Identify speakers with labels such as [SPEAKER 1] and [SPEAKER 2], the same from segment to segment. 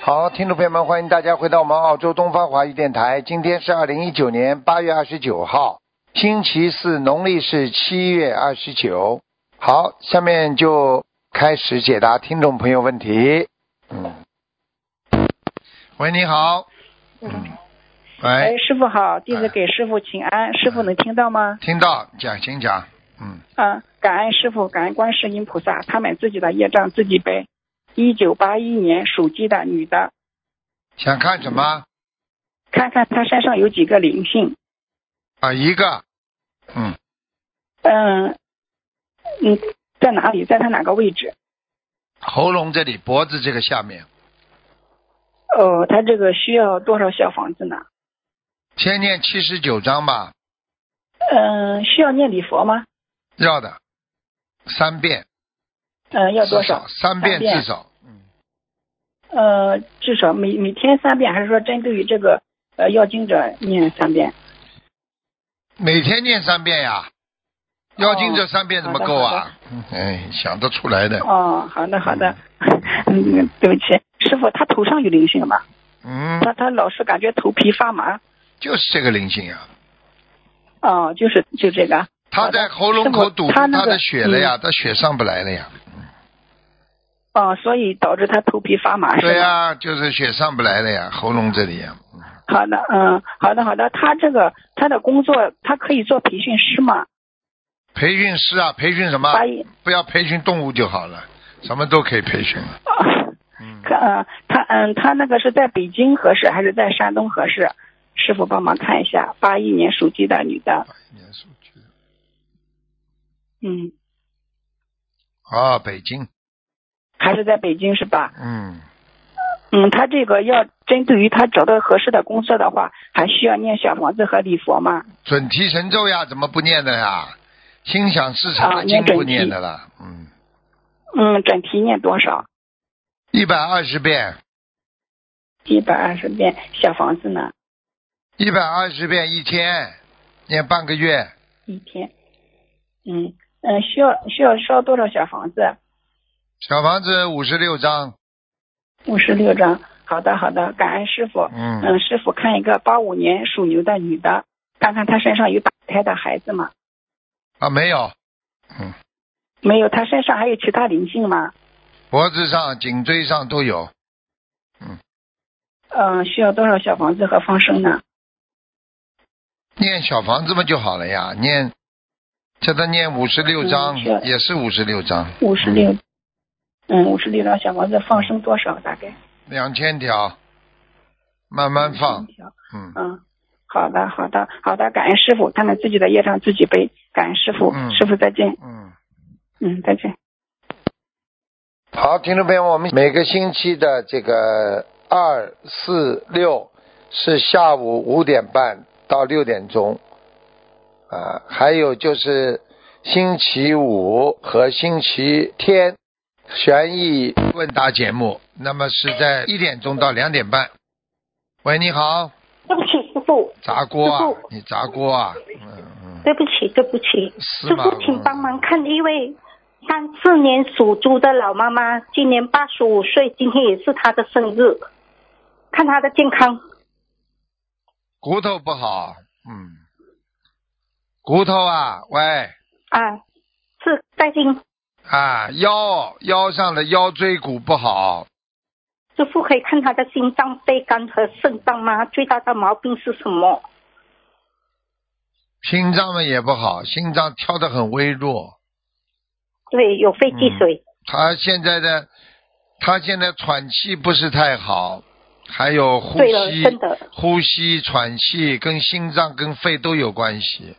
[SPEAKER 1] 好，听众朋友们，欢迎大家回到我们澳洲东方华语电台。今天是二零一九年八月二十九号，星期四，农历是七月二十九。好，下面就开始解答听众朋友问题。嗯，喂，你好。嗯。
[SPEAKER 2] 哎啊
[SPEAKER 1] 喂，，
[SPEAKER 2] 师傅好，弟子给师傅请安，师傅能听到吗？
[SPEAKER 1] 听到，讲，请讲。嗯，
[SPEAKER 2] 啊，感恩师傅，感恩观世音菩萨，他们自己的业障自己背。一九八一年属鸡的女的，
[SPEAKER 1] 想看什么？
[SPEAKER 2] 看看她身上有几个灵性。
[SPEAKER 1] 啊，一个。嗯，
[SPEAKER 2] 嗯，嗯，在哪里？在她哪个位置？
[SPEAKER 1] 喉咙这里，脖子这个下面，
[SPEAKER 2] 哦，她这个需要多少小房子呢？
[SPEAKER 1] 先念七十九章吧，
[SPEAKER 2] 嗯，需要念礼佛吗？
[SPEAKER 1] 要的，三遍。
[SPEAKER 2] 嗯，要多
[SPEAKER 1] 至
[SPEAKER 2] 少
[SPEAKER 1] 少？三遍
[SPEAKER 2] 三遍
[SPEAKER 1] 至少。嗯，
[SPEAKER 2] 呃，至少每每天三遍，还是说针对于这个呃要经者念三遍？
[SPEAKER 1] 每天念三遍呀。妖精这三遍怎么够
[SPEAKER 2] 哦好的好
[SPEAKER 1] 啊？嗯哎，想得出来的。
[SPEAKER 2] 哦，好的好的， 嗯，对不起，师傅，他头上有灵性吗？
[SPEAKER 1] 嗯，
[SPEAKER 2] 他他老是感觉头皮发麻，
[SPEAKER 1] 就是这个灵性啊，
[SPEAKER 2] 哦，就是就这个，
[SPEAKER 1] 他在喉咙口堵住
[SPEAKER 2] 他
[SPEAKER 1] 他
[SPEAKER 2] 那个嗯
[SPEAKER 1] 的血了呀，他血上不来了呀。
[SPEAKER 2] 哦，所以导致他头皮发麻 是
[SPEAKER 1] 对
[SPEAKER 2] 吧？
[SPEAKER 1] 呀，就是血上不来了呀，喉咙这里呀。
[SPEAKER 2] 好的，嗯，好的好的，他这个他的工作，他可以做培训师吗？
[SPEAKER 1] 培训师啊，培训什么？
[SPEAKER 2] 八一，
[SPEAKER 1] 不要培训动物就好了，什么都可以培训了。
[SPEAKER 2] 哦
[SPEAKER 1] 嗯，
[SPEAKER 2] 可嗯，他嗯他那个是在北京合适还是在山东合适？师傅帮忙看一下，八一年属鸡的女的，
[SPEAKER 1] 年数据
[SPEAKER 2] 嗯，
[SPEAKER 1] 啊，北京，
[SPEAKER 2] 还是在北京是吧？
[SPEAKER 1] 嗯，
[SPEAKER 2] 嗯，他这个要针对于他找到合适的工作的话，还需要念小房子和礼佛吗？
[SPEAKER 1] 准提神咒呀，怎么不念的呀？心想事成
[SPEAKER 2] 啊
[SPEAKER 1] 的经
[SPEAKER 2] 念准
[SPEAKER 1] 不
[SPEAKER 2] 提
[SPEAKER 1] 念的了，嗯。
[SPEAKER 2] 嗯，整体念多少？
[SPEAKER 1] 一百二十遍，
[SPEAKER 2] 一百二十遍。小房子呢？
[SPEAKER 1] 一百二十遍一天，念半个月，
[SPEAKER 2] 一天。嗯嗯、呃需要需要烧多少小房子？
[SPEAKER 1] 小房子五十六张，
[SPEAKER 2] 五十六张。好的好的，感恩师傅。
[SPEAKER 1] 嗯，
[SPEAKER 2] 嗯，师傅看一个八五年属牛的女的，看看她身上有打胎的孩子吗？
[SPEAKER 1] 啊没有，
[SPEAKER 2] 没有，她身上还有其他灵性吗？
[SPEAKER 1] 脖子上、颈椎上都有，
[SPEAKER 2] 嗯、需要多少小房子和放生呢？
[SPEAKER 1] 念小房子嘛就好了呀，念，叫他念五十六张
[SPEAKER 2] 嗯，是
[SPEAKER 1] 也是五十六张，
[SPEAKER 2] 五十六。嗯，五十六张小房子放生多少？大概？
[SPEAKER 1] 两千条，慢慢放，嗯，
[SPEAKER 2] 嗯，好的，好的，好的，感恩师傅，他们自己的业障自己背，感恩师傅，
[SPEAKER 1] 嗯
[SPEAKER 2] 师傅再见，
[SPEAKER 1] 嗯。
[SPEAKER 2] 嗯，再见。
[SPEAKER 1] 好，听众朋友们，我们每个星期的这个二四六是下午五点半到六点钟，啊，还有就是星期五和星期天悬疑问答节目，那么是在一点钟到两点半。喂，你好，
[SPEAKER 3] 对不起，师傅，
[SPEAKER 1] 砸锅啊
[SPEAKER 3] 师傅，
[SPEAKER 1] 你砸锅啊，嗯嗯，
[SPEAKER 3] 对不起，对不起，
[SPEAKER 1] 司
[SPEAKER 3] 师
[SPEAKER 1] 马
[SPEAKER 3] 傅，请帮忙看一位三四年属猪的老妈妈，今年八十五岁，今天也是她的生日，看她的健康。
[SPEAKER 1] 骨头不好，嗯，骨头啊，喂。
[SPEAKER 3] 啊，是戴金
[SPEAKER 1] 啊，腰腰上的腰椎骨不好，
[SPEAKER 3] 师傅可以看她的心脏、肺肝和肾脏吗？最大的毛病是什么？
[SPEAKER 1] 心脏嘛也不好，心脏跳得很微弱。
[SPEAKER 3] 对，有肺积水。
[SPEAKER 1] 他现在的他现在喘气不是太好，还有呼
[SPEAKER 3] 对了，
[SPEAKER 1] 吸
[SPEAKER 3] 真的，
[SPEAKER 1] 呼吸喘气跟心脏跟肺都有关系。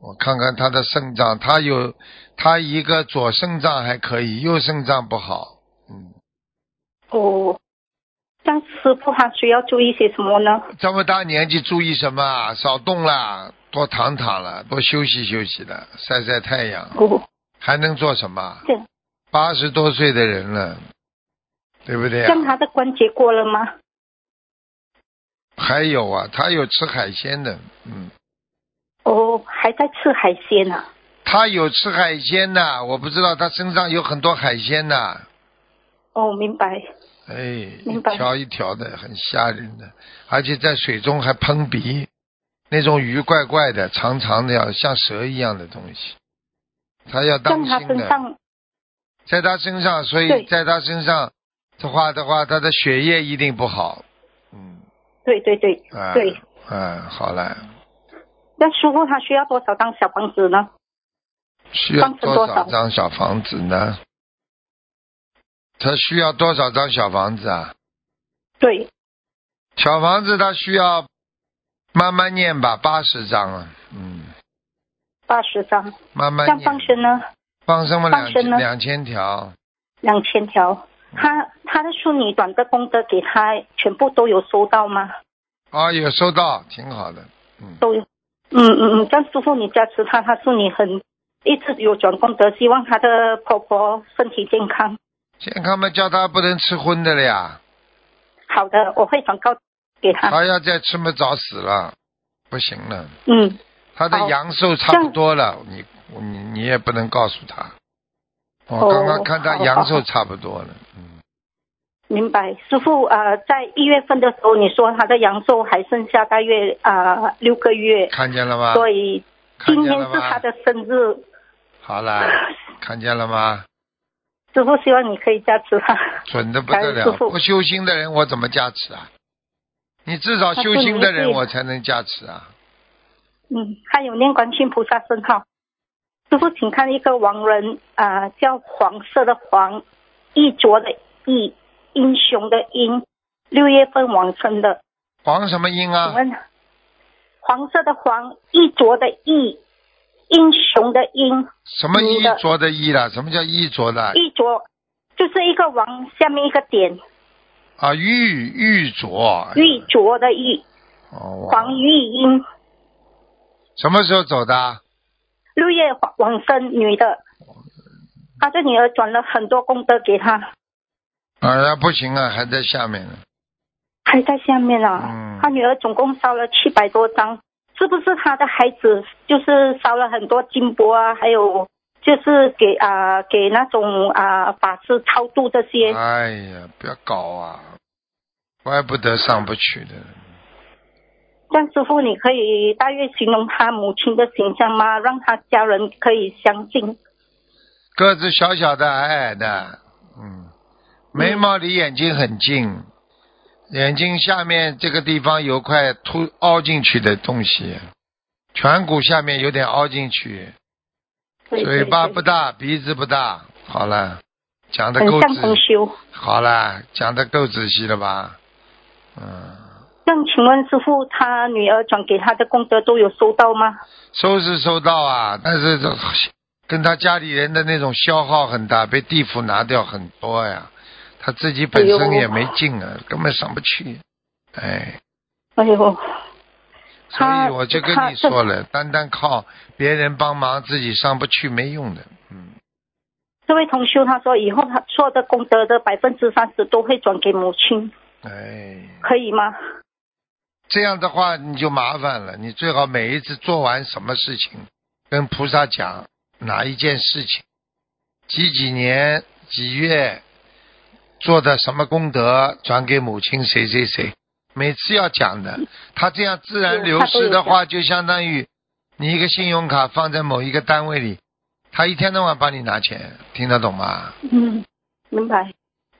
[SPEAKER 1] 我看看他的肾脏，他有他一个左肾脏还可以，右肾脏不好。嗯，
[SPEAKER 3] 哦。像师傅还需要注意些什么呢？
[SPEAKER 1] 这么大年纪注意什么啊？少动啦，多躺躺了，多休息休息的，晒晒太阳。
[SPEAKER 3] 哦，
[SPEAKER 1] 还能做什么？
[SPEAKER 3] 这样
[SPEAKER 1] 八十多岁的人了，对不对、
[SPEAKER 3] 这样
[SPEAKER 1] 啊？
[SPEAKER 3] 她的关节过了吗？
[SPEAKER 1] 还有啊，他有吃海鲜的，嗯，
[SPEAKER 3] 哦，还在吃海鲜啊呢、
[SPEAKER 1] 他有吃海鲜呐、我不知道他身上有很多海鲜呐、
[SPEAKER 3] 哦，明白。
[SPEAKER 1] 哎，一
[SPEAKER 3] 明白
[SPEAKER 1] 条一条的，很吓人的，而且在水中还喷鼻，那种鱼怪怪的，长长的，要像蛇一样的东西，他要当
[SPEAKER 3] 像他
[SPEAKER 1] 心
[SPEAKER 3] 身
[SPEAKER 1] 的，
[SPEAKER 3] 上
[SPEAKER 1] 在他身上，所以
[SPEAKER 3] 对
[SPEAKER 1] 在他身上的话的话，他的血液一定不好，嗯，
[SPEAKER 3] 对对对，
[SPEAKER 1] 啊，
[SPEAKER 3] 对，
[SPEAKER 1] 啊，好了，
[SPEAKER 3] 那师傅他需要多少张小房子呢？
[SPEAKER 1] 需要
[SPEAKER 3] 放生
[SPEAKER 1] 多
[SPEAKER 3] 多
[SPEAKER 1] 少
[SPEAKER 3] 少
[SPEAKER 1] 张小房子呢？他需要多少张小房子啊？
[SPEAKER 3] 对，
[SPEAKER 1] 小房子他需要慢慢念吧，八十张啊，嗯，
[SPEAKER 3] 八十张。
[SPEAKER 1] 慢慢
[SPEAKER 3] 像
[SPEAKER 1] 念
[SPEAKER 3] 放生呢，
[SPEAKER 1] 放生嘛，
[SPEAKER 3] 放
[SPEAKER 1] 两
[SPEAKER 3] 生
[SPEAKER 1] 千
[SPEAKER 3] 呢
[SPEAKER 1] 两千条，
[SPEAKER 3] 两千条。他他的淑女短的功德给他全部都有收到吗？
[SPEAKER 1] 啊，有收到，挺好的，嗯，
[SPEAKER 3] 都有。嗯嗯嗯，但师傅你加持他，他是你很一直有转功德，希望他的婆婆身体健康。
[SPEAKER 1] 健康嘛，叫他不能吃荤的了呀，
[SPEAKER 3] 好的，我会转告给他。
[SPEAKER 1] 他要再吃嘛，早死了，不行了，
[SPEAKER 3] 嗯，
[SPEAKER 1] 他的
[SPEAKER 3] 好
[SPEAKER 1] 阳寿差不多了，你你你也不能告诉他，我
[SPEAKER 3] 哦
[SPEAKER 1] 刚刚看他
[SPEAKER 3] 好
[SPEAKER 1] 阳
[SPEAKER 3] 哦好
[SPEAKER 1] 寿差不多了，嗯，
[SPEAKER 3] 明白。师傅呃，在一月份的时候，你说他的阳寿还剩下大约呃六个月，
[SPEAKER 1] 看见了吗？
[SPEAKER 3] 所以
[SPEAKER 1] 看
[SPEAKER 3] 今
[SPEAKER 1] 见
[SPEAKER 3] 天
[SPEAKER 1] 了啊
[SPEAKER 3] 是他
[SPEAKER 1] 吗？
[SPEAKER 3] 的生日。
[SPEAKER 1] 好啦，看见了吗？
[SPEAKER 3] 师傅希望你可以加持他。
[SPEAKER 1] 准的不得
[SPEAKER 3] 感恩
[SPEAKER 1] 了，
[SPEAKER 3] 师父
[SPEAKER 1] 不修心的人我怎么加持啊？你至少
[SPEAKER 3] 他
[SPEAKER 1] 修
[SPEAKER 3] 不
[SPEAKER 1] 心
[SPEAKER 3] 理
[SPEAKER 1] 的人
[SPEAKER 3] 解
[SPEAKER 1] 我才能加持啊！
[SPEAKER 3] 嗯，还有念观世音菩萨圣号。师傅，请看一个亡人啊、呃叫黄色的黄，一卓的义，英雄的英，六月份往生的。
[SPEAKER 1] 黄什么音啊
[SPEAKER 3] 请？问，黄色的黄，一卓的义，英雄的英，
[SPEAKER 1] 什么衣
[SPEAKER 3] 明的
[SPEAKER 1] 着的衣啦？什么叫衣着的？
[SPEAKER 3] 一卓就是一个王下面一个点，
[SPEAKER 1] 啊，玉玉着。
[SPEAKER 3] 玉卓的玉，
[SPEAKER 1] 哦，哇
[SPEAKER 3] 黄玉英，
[SPEAKER 1] 什么时候走的啊？
[SPEAKER 3] 六月往往生女的。他的女儿转了很多功德给他，
[SPEAKER 1] 啊，不行啊，还在下面呢。
[SPEAKER 3] 还在下面啊。
[SPEAKER 1] 嗯
[SPEAKER 3] 他女儿总共烧了七百多张，是不是他的孩子就是烧了很多金箔啊，还有就是给啊、给那种啊、法师超度这些？
[SPEAKER 1] 哎呀，不要搞啊！怪不得上不去的。
[SPEAKER 3] 但师傅，你可以大约形容他母亲的形象吗？让他家人可以相信。
[SPEAKER 1] 个子小小的，矮矮的，嗯，眉毛离眼睛很近，眼睛下面这个地方有块凸凹进去的东西，颧骨下面有点凹进去，
[SPEAKER 3] 对
[SPEAKER 1] 嘴巴不
[SPEAKER 3] 对
[SPEAKER 1] 大，鼻子不大。好了，讲的
[SPEAKER 3] 对
[SPEAKER 1] 够
[SPEAKER 3] 很像
[SPEAKER 1] 仔
[SPEAKER 3] 同修。
[SPEAKER 1] 好了，讲的够仔细了吧？嗯，
[SPEAKER 3] 那请问师傅，他女儿转给他的功德都有收到吗？
[SPEAKER 1] 收是收到啊，但是这跟他家里人的那种消耗很大，被地府拿掉很多呀。他自己本身也没劲啊，根本上不去。哎，
[SPEAKER 3] 哎呦，
[SPEAKER 1] 所
[SPEAKER 3] 他
[SPEAKER 1] 以我就跟
[SPEAKER 3] 他
[SPEAKER 1] 你说了，单单靠别人帮忙，自己上不去没用的。嗯，
[SPEAKER 3] 这位同修他说，以后他做的功德的百分之三十都会转给母亲，
[SPEAKER 1] 哎，
[SPEAKER 3] 可以吗？
[SPEAKER 1] 这样的话你就麻烦了。你最好每一次做完什么事情，跟菩萨讲哪一件事情，几几年几月做的什么功德，转给母亲谁谁谁，每次要讲的。他这样自然
[SPEAKER 3] 嗯
[SPEAKER 1] 流
[SPEAKER 3] 他都
[SPEAKER 1] 失
[SPEAKER 3] 有
[SPEAKER 1] 的话，就相当于你一个信用卡放在某一个单位里，他一天到晚帮你拿钱，听得懂吗？
[SPEAKER 3] 嗯，明白。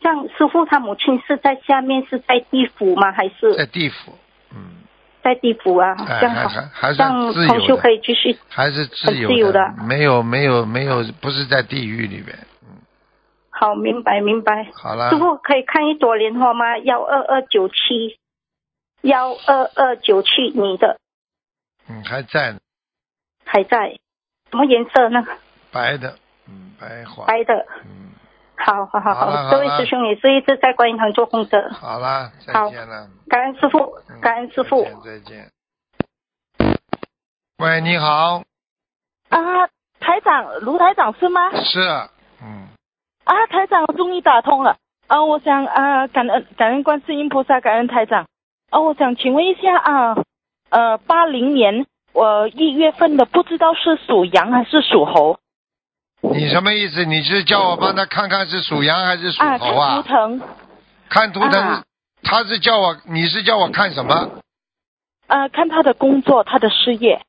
[SPEAKER 3] 像师傅他母亲是在下面，是在地府吗？还
[SPEAKER 1] 在
[SPEAKER 3] 是
[SPEAKER 1] 地府，嗯，
[SPEAKER 3] 在地府啊？
[SPEAKER 1] 哎，
[SPEAKER 3] 这
[SPEAKER 1] 还
[SPEAKER 3] 样好，
[SPEAKER 1] 还还
[SPEAKER 3] 这
[SPEAKER 1] 算
[SPEAKER 3] 样
[SPEAKER 1] 自
[SPEAKER 3] 同修
[SPEAKER 1] 由的
[SPEAKER 3] 可。以继续。
[SPEAKER 1] 还是自由
[SPEAKER 3] 很自由的
[SPEAKER 1] 没有没有没有，不是在地狱里边。
[SPEAKER 3] 好，明白明白。
[SPEAKER 1] 好啦
[SPEAKER 3] 师，傅可以看一朵莲花吗？幺二二九七，幺二二九七，你的
[SPEAKER 1] 嗯，还在呢，
[SPEAKER 3] 还在，什么颜色呢？
[SPEAKER 1] 白的，嗯，白花，
[SPEAKER 3] 白的。
[SPEAKER 1] 嗯，
[SPEAKER 3] 好好好
[SPEAKER 1] 好了好
[SPEAKER 3] 这位
[SPEAKER 1] 了
[SPEAKER 3] 师兄也是一直在观音堂做功德。
[SPEAKER 1] 好啦，再
[SPEAKER 3] 好
[SPEAKER 1] 见了，
[SPEAKER 3] 感恩师傅
[SPEAKER 1] 嗯，
[SPEAKER 3] 感恩师傅。
[SPEAKER 1] 再见再见。喂，你好，
[SPEAKER 4] 啊，台长，卢台长是吗？
[SPEAKER 1] 是，嗯，
[SPEAKER 4] 啊，台长终于打通了。啊，我想啊，感恩感恩观世音菩萨，感恩台长。啊，我想请问一下啊，呃，八零年我一月份的，不知道是属羊还是属猴
[SPEAKER 1] 你什么意思？你是叫我帮他看看是属羊还是属
[SPEAKER 4] 啊？
[SPEAKER 1] 猴
[SPEAKER 4] 他
[SPEAKER 1] 啊
[SPEAKER 4] 图？腾
[SPEAKER 1] 看图腾，
[SPEAKER 4] 啊
[SPEAKER 1] 他是叫我，你是叫我看什么？
[SPEAKER 4] 呃，看他的工作，他的事业，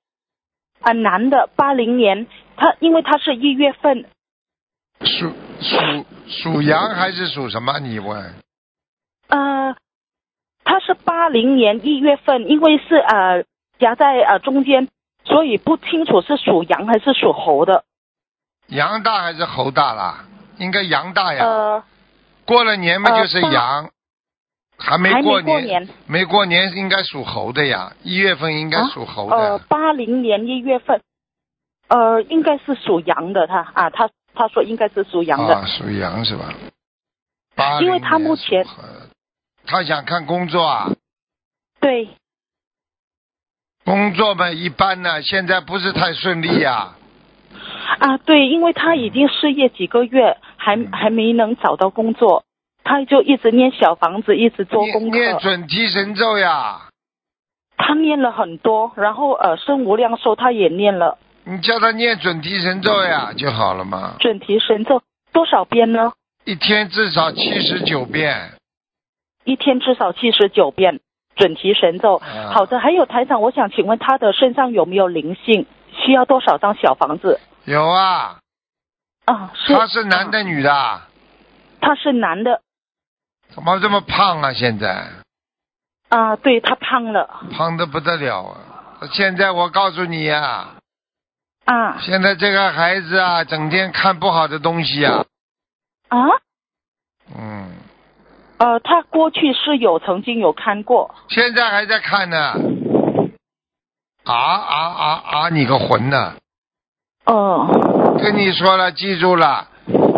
[SPEAKER 4] 啊、男的，八零年，他因为他是一月份，
[SPEAKER 1] 属属属羊还是属什么？你问。
[SPEAKER 4] 呃，他是八零年一月份，因为是呃夹在呃中间，所以不清楚是属羊还是属猴的。
[SPEAKER 1] 羊大还是猴大啦？应该羊大呀。
[SPEAKER 4] 呃，
[SPEAKER 1] 过了年嘛
[SPEAKER 4] 呃
[SPEAKER 1] 就是羊，还哎没
[SPEAKER 4] 还没
[SPEAKER 1] 过
[SPEAKER 4] 过
[SPEAKER 1] 年
[SPEAKER 4] 年，
[SPEAKER 1] 没过年应该属猴的呀，一月份应该属猴的。
[SPEAKER 4] 呃，八零年一月份，呃，应该是属羊的他啊，他他说应该是属羊的。
[SPEAKER 1] 啊，属羊是吧？80
[SPEAKER 4] 因为他目前
[SPEAKER 1] 年属猴他想看工作啊，
[SPEAKER 4] 对，
[SPEAKER 1] 工作嘛一般呢，现在不是太顺利呀、
[SPEAKER 4] 啊，对，因为他已经失业几个月，还
[SPEAKER 1] 嗯
[SPEAKER 4] 还没能找到工作，他就一直念小房子，一直做
[SPEAKER 1] 念
[SPEAKER 4] 功
[SPEAKER 1] 念
[SPEAKER 4] 课。
[SPEAKER 1] 准提神咒呀，
[SPEAKER 4] 他念了很多，然后呃，生无量寿他也念了
[SPEAKER 1] 你叫他念准提神咒呀就好了嘛，
[SPEAKER 4] 准提神咒多少遍呢？
[SPEAKER 1] 一天至少七十九遍。
[SPEAKER 4] 一天至少七十九遍准提神咒。
[SPEAKER 1] 啊
[SPEAKER 4] 哦好的，还有台长，我想请问他的身上有没有灵性？需要多少张小房子？
[SPEAKER 1] 有啊，
[SPEAKER 4] 啊，是
[SPEAKER 1] 他是男的
[SPEAKER 4] 啊
[SPEAKER 1] 女的啊？
[SPEAKER 4] 他是男的
[SPEAKER 1] 怎么这么胖啊？现在
[SPEAKER 4] 啊，对他胖了
[SPEAKER 1] 胖的不得了啊！现在我告诉你呀、
[SPEAKER 4] 啊
[SPEAKER 1] 现在这个孩子啊，整天看不好的东西啊，
[SPEAKER 4] 啊
[SPEAKER 1] 嗯，
[SPEAKER 4] 呃，他过去是有曾经有看过，
[SPEAKER 1] 现在还在看呢。啊啊啊啊！你个混呐！
[SPEAKER 4] 哦，
[SPEAKER 1] 跟你说了，记住了，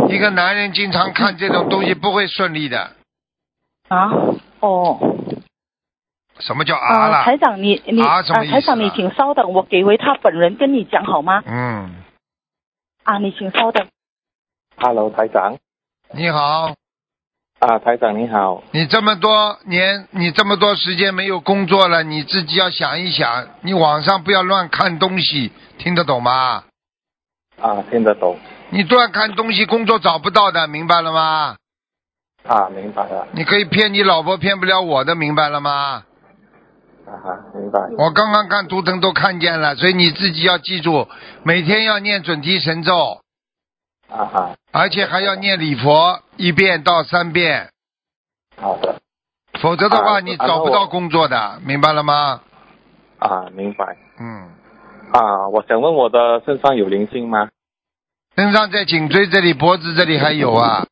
[SPEAKER 1] 一个男人经常看这种东西不会顺利的。
[SPEAKER 4] 啊，哦，
[SPEAKER 1] 什么叫啊
[SPEAKER 4] 啊，台
[SPEAKER 1] 了？
[SPEAKER 4] 长你你
[SPEAKER 1] 啊什么意思啊
[SPEAKER 4] 台长你请稍等，我给回他本人跟你讲好吗？
[SPEAKER 1] 嗯，
[SPEAKER 4] 啊，你请稍等。
[SPEAKER 5] Hello，台长
[SPEAKER 1] 你好，
[SPEAKER 5] 啊，台长你好
[SPEAKER 1] 你这么多年，你这么多时间没有工作了，你自己要想一想，你网上不要乱看东西，听得懂吗？
[SPEAKER 5] 啊，听得懂
[SPEAKER 1] 你乱看东西，工作找不到的，明白了吗？
[SPEAKER 5] 啊，明白了
[SPEAKER 1] 你可以骗你老婆，骗不了我的，明白了吗？
[SPEAKER 5] 啊哈，明白
[SPEAKER 1] 我刚刚看图腾都看见了，所以你自己要记住，每天要念准提神咒，
[SPEAKER 5] 啊哈，
[SPEAKER 1] 而且还要念礼佛一遍到三遍，
[SPEAKER 5] 好的
[SPEAKER 1] 否则的话、
[SPEAKER 5] 啊
[SPEAKER 1] 你
[SPEAKER 5] 啊
[SPEAKER 1] 找不
[SPEAKER 5] 那
[SPEAKER 1] 到
[SPEAKER 5] 我
[SPEAKER 1] 工作的，明白了吗？
[SPEAKER 5] 啊，明白
[SPEAKER 1] 嗯，
[SPEAKER 5] 啊，我想问我的身上有灵性吗？
[SPEAKER 1] 身上在颈椎这里、脖子这里还有啊，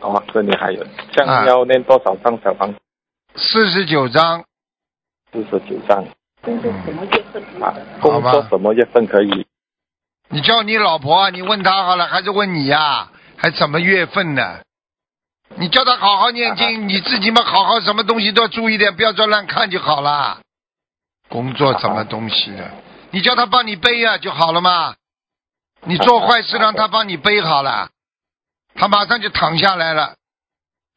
[SPEAKER 5] 哦，这里还有，这
[SPEAKER 1] 啊
[SPEAKER 5] 样要念多少张小房？
[SPEAKER 1] 四十九章，
[SPEAKER 5] 四十九张
[SPEAKER 1] 嗯，
[SPEAKER 5] 啊，
[SPEAKER 1] 好
[SPEAKER 5] 工
[SPEAKER 1] 吧
[SPEAKER 5] 作什么月份可以？
[SPEAKER 1] 你叫你老婆啊，你问她好了，还是问你呀、还什么月份呢？你叫她好好念经，你自己嘛好好什么东西都要注意点，不要再乱看就好啦。工作什么东西的，你叫她帮你背呀、就好了嘛。你做坏事让她帮你背好了，她马上就躺下来了。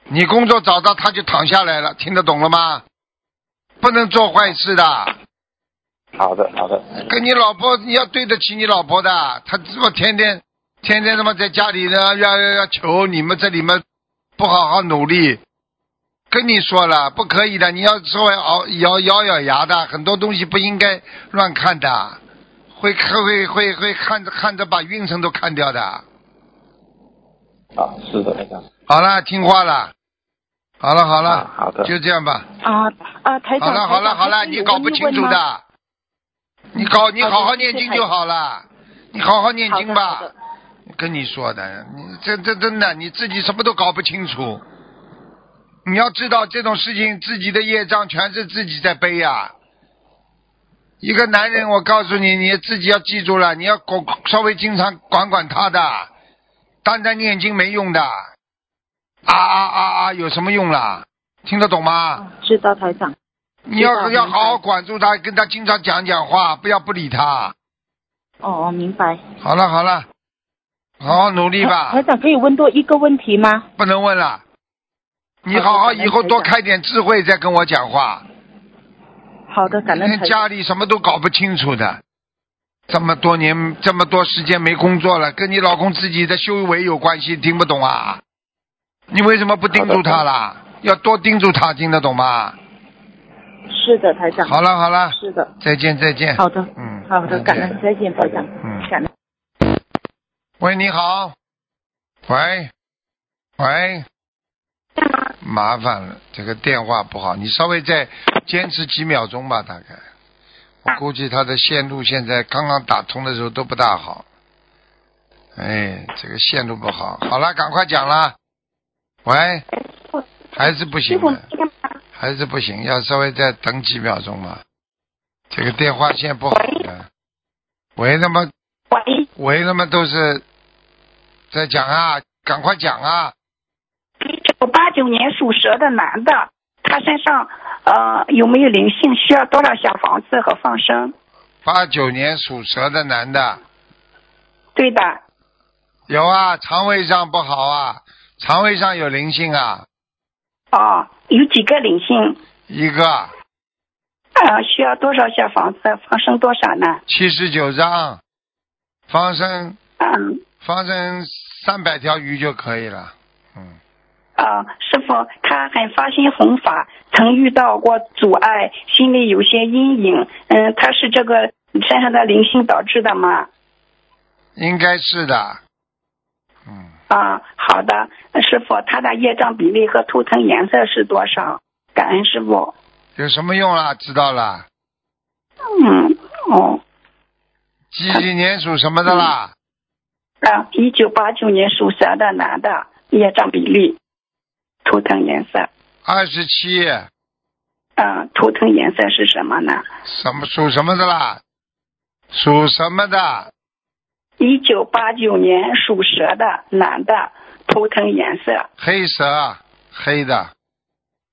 [SPEAKER 1] 你工作找到她就躺下来了，听得懂了吗？不能做坏事的。
[SPEAKER 5] 好的，好的
[SPEAKER 1] 跟你老婆，你要对得起你老婆的。她这么天天天天他妈在家里呢，要要要求你们这里面不好好努力。跟你说了，不可以的，你要稍微咬咬咬咬牙的，很多东西不应该乱看的，会会会会看着看着把运程都看掉的。
[SPEAKER 5] 啊，是的，台长
[SPEAKER 1] 好了，听话了，好了好了，
[SPEAKER 5] 啊好的
[SPEAKER 1] 就这样吧。
[SPEAKER 4] 啊啊，台
[SPEAKER 1] 好
[SPEAKER 4] 长，
[SPEAKER 1] 了好了好了，你搞不清楚。的，你搞你好好念经就好了，你好好念
[SPEAKER 4] 好
[SPEAKER 1] 经
[SPEAKER 4] 的
[SPEAKER 1] 吧
[SPEAKER 4] 好的。
[SPEAKER 1] 跟你说的，你这这真的你自己什么都搞不清楚。你要知道这种事情，自己的业障全是自己在背呀、一个男人，我告诉你，你自己要记住了，你要管稍微经常管管他的，单单念经没用的。啊啊啊啊，有什么用啦？听得懂吗？
[SPEAKER 4] 知道台长。
[SPEAKER 1] 你要
[SPEAKER 4] 嗯知道
[SPEAKER 1] 要
[SPEAKER 4] 明白
[SPEAKER 1] 好好管住他，跟他经常讲讲话，不要不理他。
[SPEAKER 4] 哦哦，明白。
[SPEAKER 1] 好了好了，好好努力 吧
[SPEAKER 4] 台，长可以问多一个问题吗？
[SPEAKER 1] 不能问了。你好好以后多开点智慧，再跟我讲话。
[SPEAKER 4] 好的，感恩台长。
[SPEAKER 1] 家里什么都搞不清楚的，这么多年这么多时间没工作了，跟你老公自己的修为有关系，听不懂啊？你为什么不盯住他啦？要多盯住他，听得懂吗？
[SPEAKER 6] 是的，台长。
[SPEAKER 1] 好了好了，
[SPEAKER 6] 是的，
[SPEAKER 1] 再见再见。
[SPEAKER 6] 好的，
[SPEAKER 1] 嗯，
[SPEAKER 6] 好的，感
[SPEAKER 1] 再
[SPEAKER 6] 恩，再
[SPEAKER 1] 见
[SPEAKER 6] 见，台长，
[SPEAKER 1] 嗯
[SPEAKER 6] 感恩。
[SPEAKER 1] 喂，你好。喂，喂，麻烦了，这个电话不好，你稍微再坚持几秒钟吧，大概。我估计他的线路现在刚刚打通的时候都不大好。哎，这个线路不好。好了，赶快讲啦。喂，还是不行的，还是不行，要稍微再等几秒钟嘛。这个电话线不好的。喂，那么
[SPEAKER 3] 喂，
[SPEAKER 1] 喂，那么都是在讲啊，赶快讲啊！
[SPEAKER 2] 一九八九年属蛇的男的，他身上呃有没有灵性？需要多少小房子和放生？
[SPEAKER 1] 八九年属蛇的男的，
[SPEAKER 2] 对的，
[SPEAKER 1] 有啊，肠胃上不好啊，肠胃上有灵性啊，
[SPEAKER 2] 哦，有几个灵性？
[SPEAKER 1] 一个
[SPEAKER 2] 呃，需要多少小房子？放生多少呢？
[SPEAKER 1] 七十九张，放生
[SPEAKER 2] 嗯，
[SPEAKER 1] 放生三百条鱼就可以了。嗯，
[SPEAKER 2] 呃，师傅，他很发心弘法，曾遇到过阻碍，心里有些阴影。嗯，他是这个身上的灵性导致的吗？
[SPEAKER 1] 应该是的。嗯，
[SPEAKER 2] 啊，好的，师傅，他的业障比例和图腾颜色是多少？感恩师傅。
[SPEAKER 1] 有什么用啦？知道啦。
[SPEAKER 2] 嗯，哦，
[SPEAKER 1] 几几年属什么的啦？
[SPEAKER 2] 啊，一九八九年属蛇的男的，业障比例，图腾颜色，
[SPEAKER 1] 二十七，
[SPEAKER 2] 啊，图腾颜色是什么呢？
[SPEAKER 1] 什么属什么的啦？属什么的？
[SPEAKER 2] 一九八九年属蛇的男的，图腾颜色
[SPEAKER 1] 黑蛇，黑的，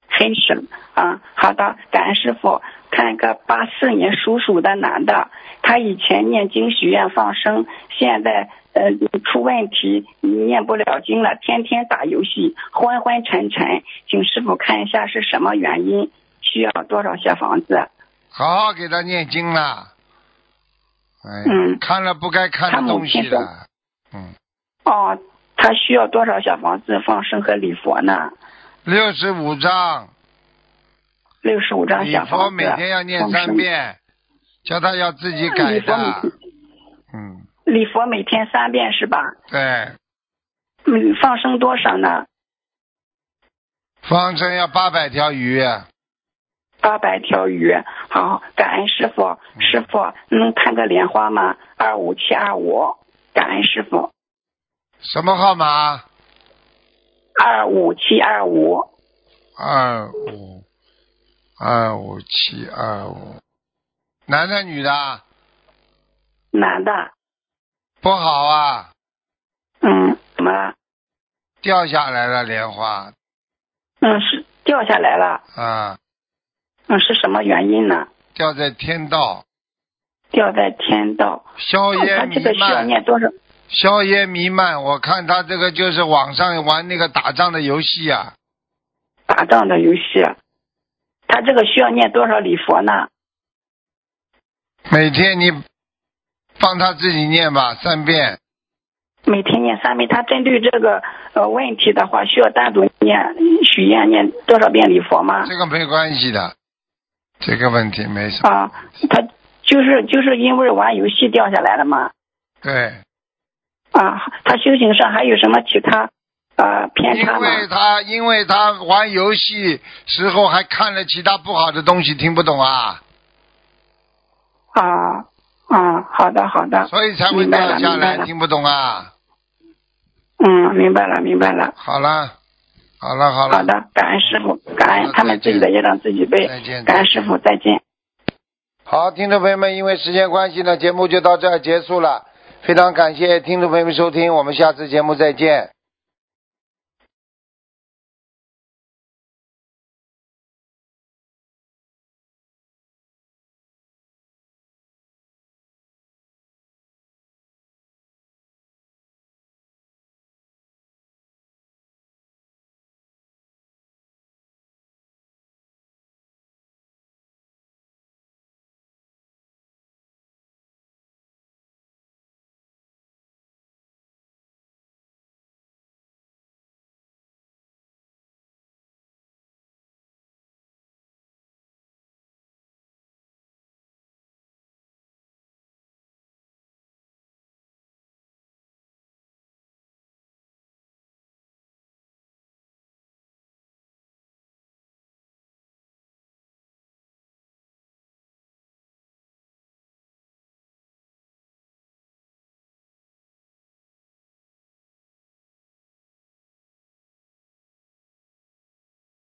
[SPEAKER 2] 黑色。啊，好的，感恩师傅。看个八四年属鼠的男的，他以前念经许愿放生，现在呃出问题，念不了经了，天天打游戏，昏昏沉沉，请师傅看一下是什么原因，需要多少小房子？
[SPEAKER 1] 好好给他念经啦。哎，
[SPEAKER 2] 嗯
[SPEAKER 1] 看了不该看的东西了。嗯，
[SPEAKER 2] 哦，他需要多少小房子放生和礼佛呢？
[SPEAKER 1] 六十五章，
[SPEAKER 2] 六十五张
[SPEAKER 1] 礼
[SPEAKER 2] 小
[SPEAKER 1] 佛
[SPEAKER 2] 房子。
[SPEAKER 1] 每天要念
[SPEAKER 2] 放生
[SPEAKER 1] 三遍，叫他要自己改啊的。嗯，
[SPEAKER 2] 礼佛每天三遍是吧？
[SPEAKER 1] 对，
[SPEAKER 2] 嗯，放生多少呢？
[SPEAKER 1] 方生要八百条鱼，
[SPEAKER 2] 八百条鱼。好，感恩师傅，师傅能看个莲花吗？二五七二五，感恩师傅，
[SPEAKER 1] 什么号码？
[SPEAKER 2] 二五七二五。
[SPEAKER 1] 二五二五七二五，男的女的？
[SPEAKER 2] 男的，
[SPEAKER 1] 不好啊，
[SPEAKER 2] 嗯，怎么了？
[SPEAKER 1] 掉下来了莲花
[SPEAKER 2] 嗯，是掉下来了，
[SPEAKER 1] 啊，
[SPEAKER 2] 嗯，是什么原因呢？
[SPEAKER 1] 掉在天道，
[SPEAKER 2] 掉在天道，
[SPEAKER 1] 硝
[SPEAKER 2] 那他
[SPEAKER 1] 烟弥
[SPEAKER 2] 这个需要
[SPEAKER 1] 漫，
[SPEAKER 2] 念多少？
[SPEAKER 1] 硝烟弥漫。我看他这个就是网上玩那个打仗的游戏啊，
[SPEAKER 2] 打仗的游戏，他这个需要念多少礼佛呢？
[SPEAKER 1] 每天你帮他自己念吧，三遍。
[SPEAKER 2] 每天念三遍。他针对这个呃问题的话，需要单独念许愿念多少遍礼佛吗？
[SPEAKER 1] 这个没关系的，这个问题没什么。
[SPEAKER 2] 啊，他就是就是因为玩游戏掉下来了嘛。
[SPEAKER 1] 对，
[SPEAKER 2] 啊，他修行上还有什么其他呃偏
[SPEAKER 1] 因
[SPEAKER 2] 差吗？
[SPEAKER 1] 为他因为他玩游戏时候还看了其他不好的东西，听不懂啊，
[SPEAKER 2] 啊啊，好的好的，
[SPEAKER 1] 所以才会
[SPEAKER 2] 明白了
[SPEAKER 1] 掉下
[SPEAKER 2] 明白
[SPEAKER 1] 来，
[SPEAKER 2] 了
[SPEAKER 1] 听不懂啊。
[SPEAKER 2] 嗯，明白了明白了。
[SPEAKER 1] 好了，好了，好了
[SPEAKER 2] 好。的，感恩师傅，感
[SPEAKER 1] 好
[SPEAKER 2] 恩
[SPEAKER 1] 的
[SPEAKER 2] 他们自己的业障自己背
[SPEAKER 1] 再见。
[SPEAKER 2] 感恩师傅，再见。
[SPEAKER 1] 好，听众朋友们，因为时间关系呢，节目就到这儿结束了。非常感谢听众朋友们收听，我们下次节目再见。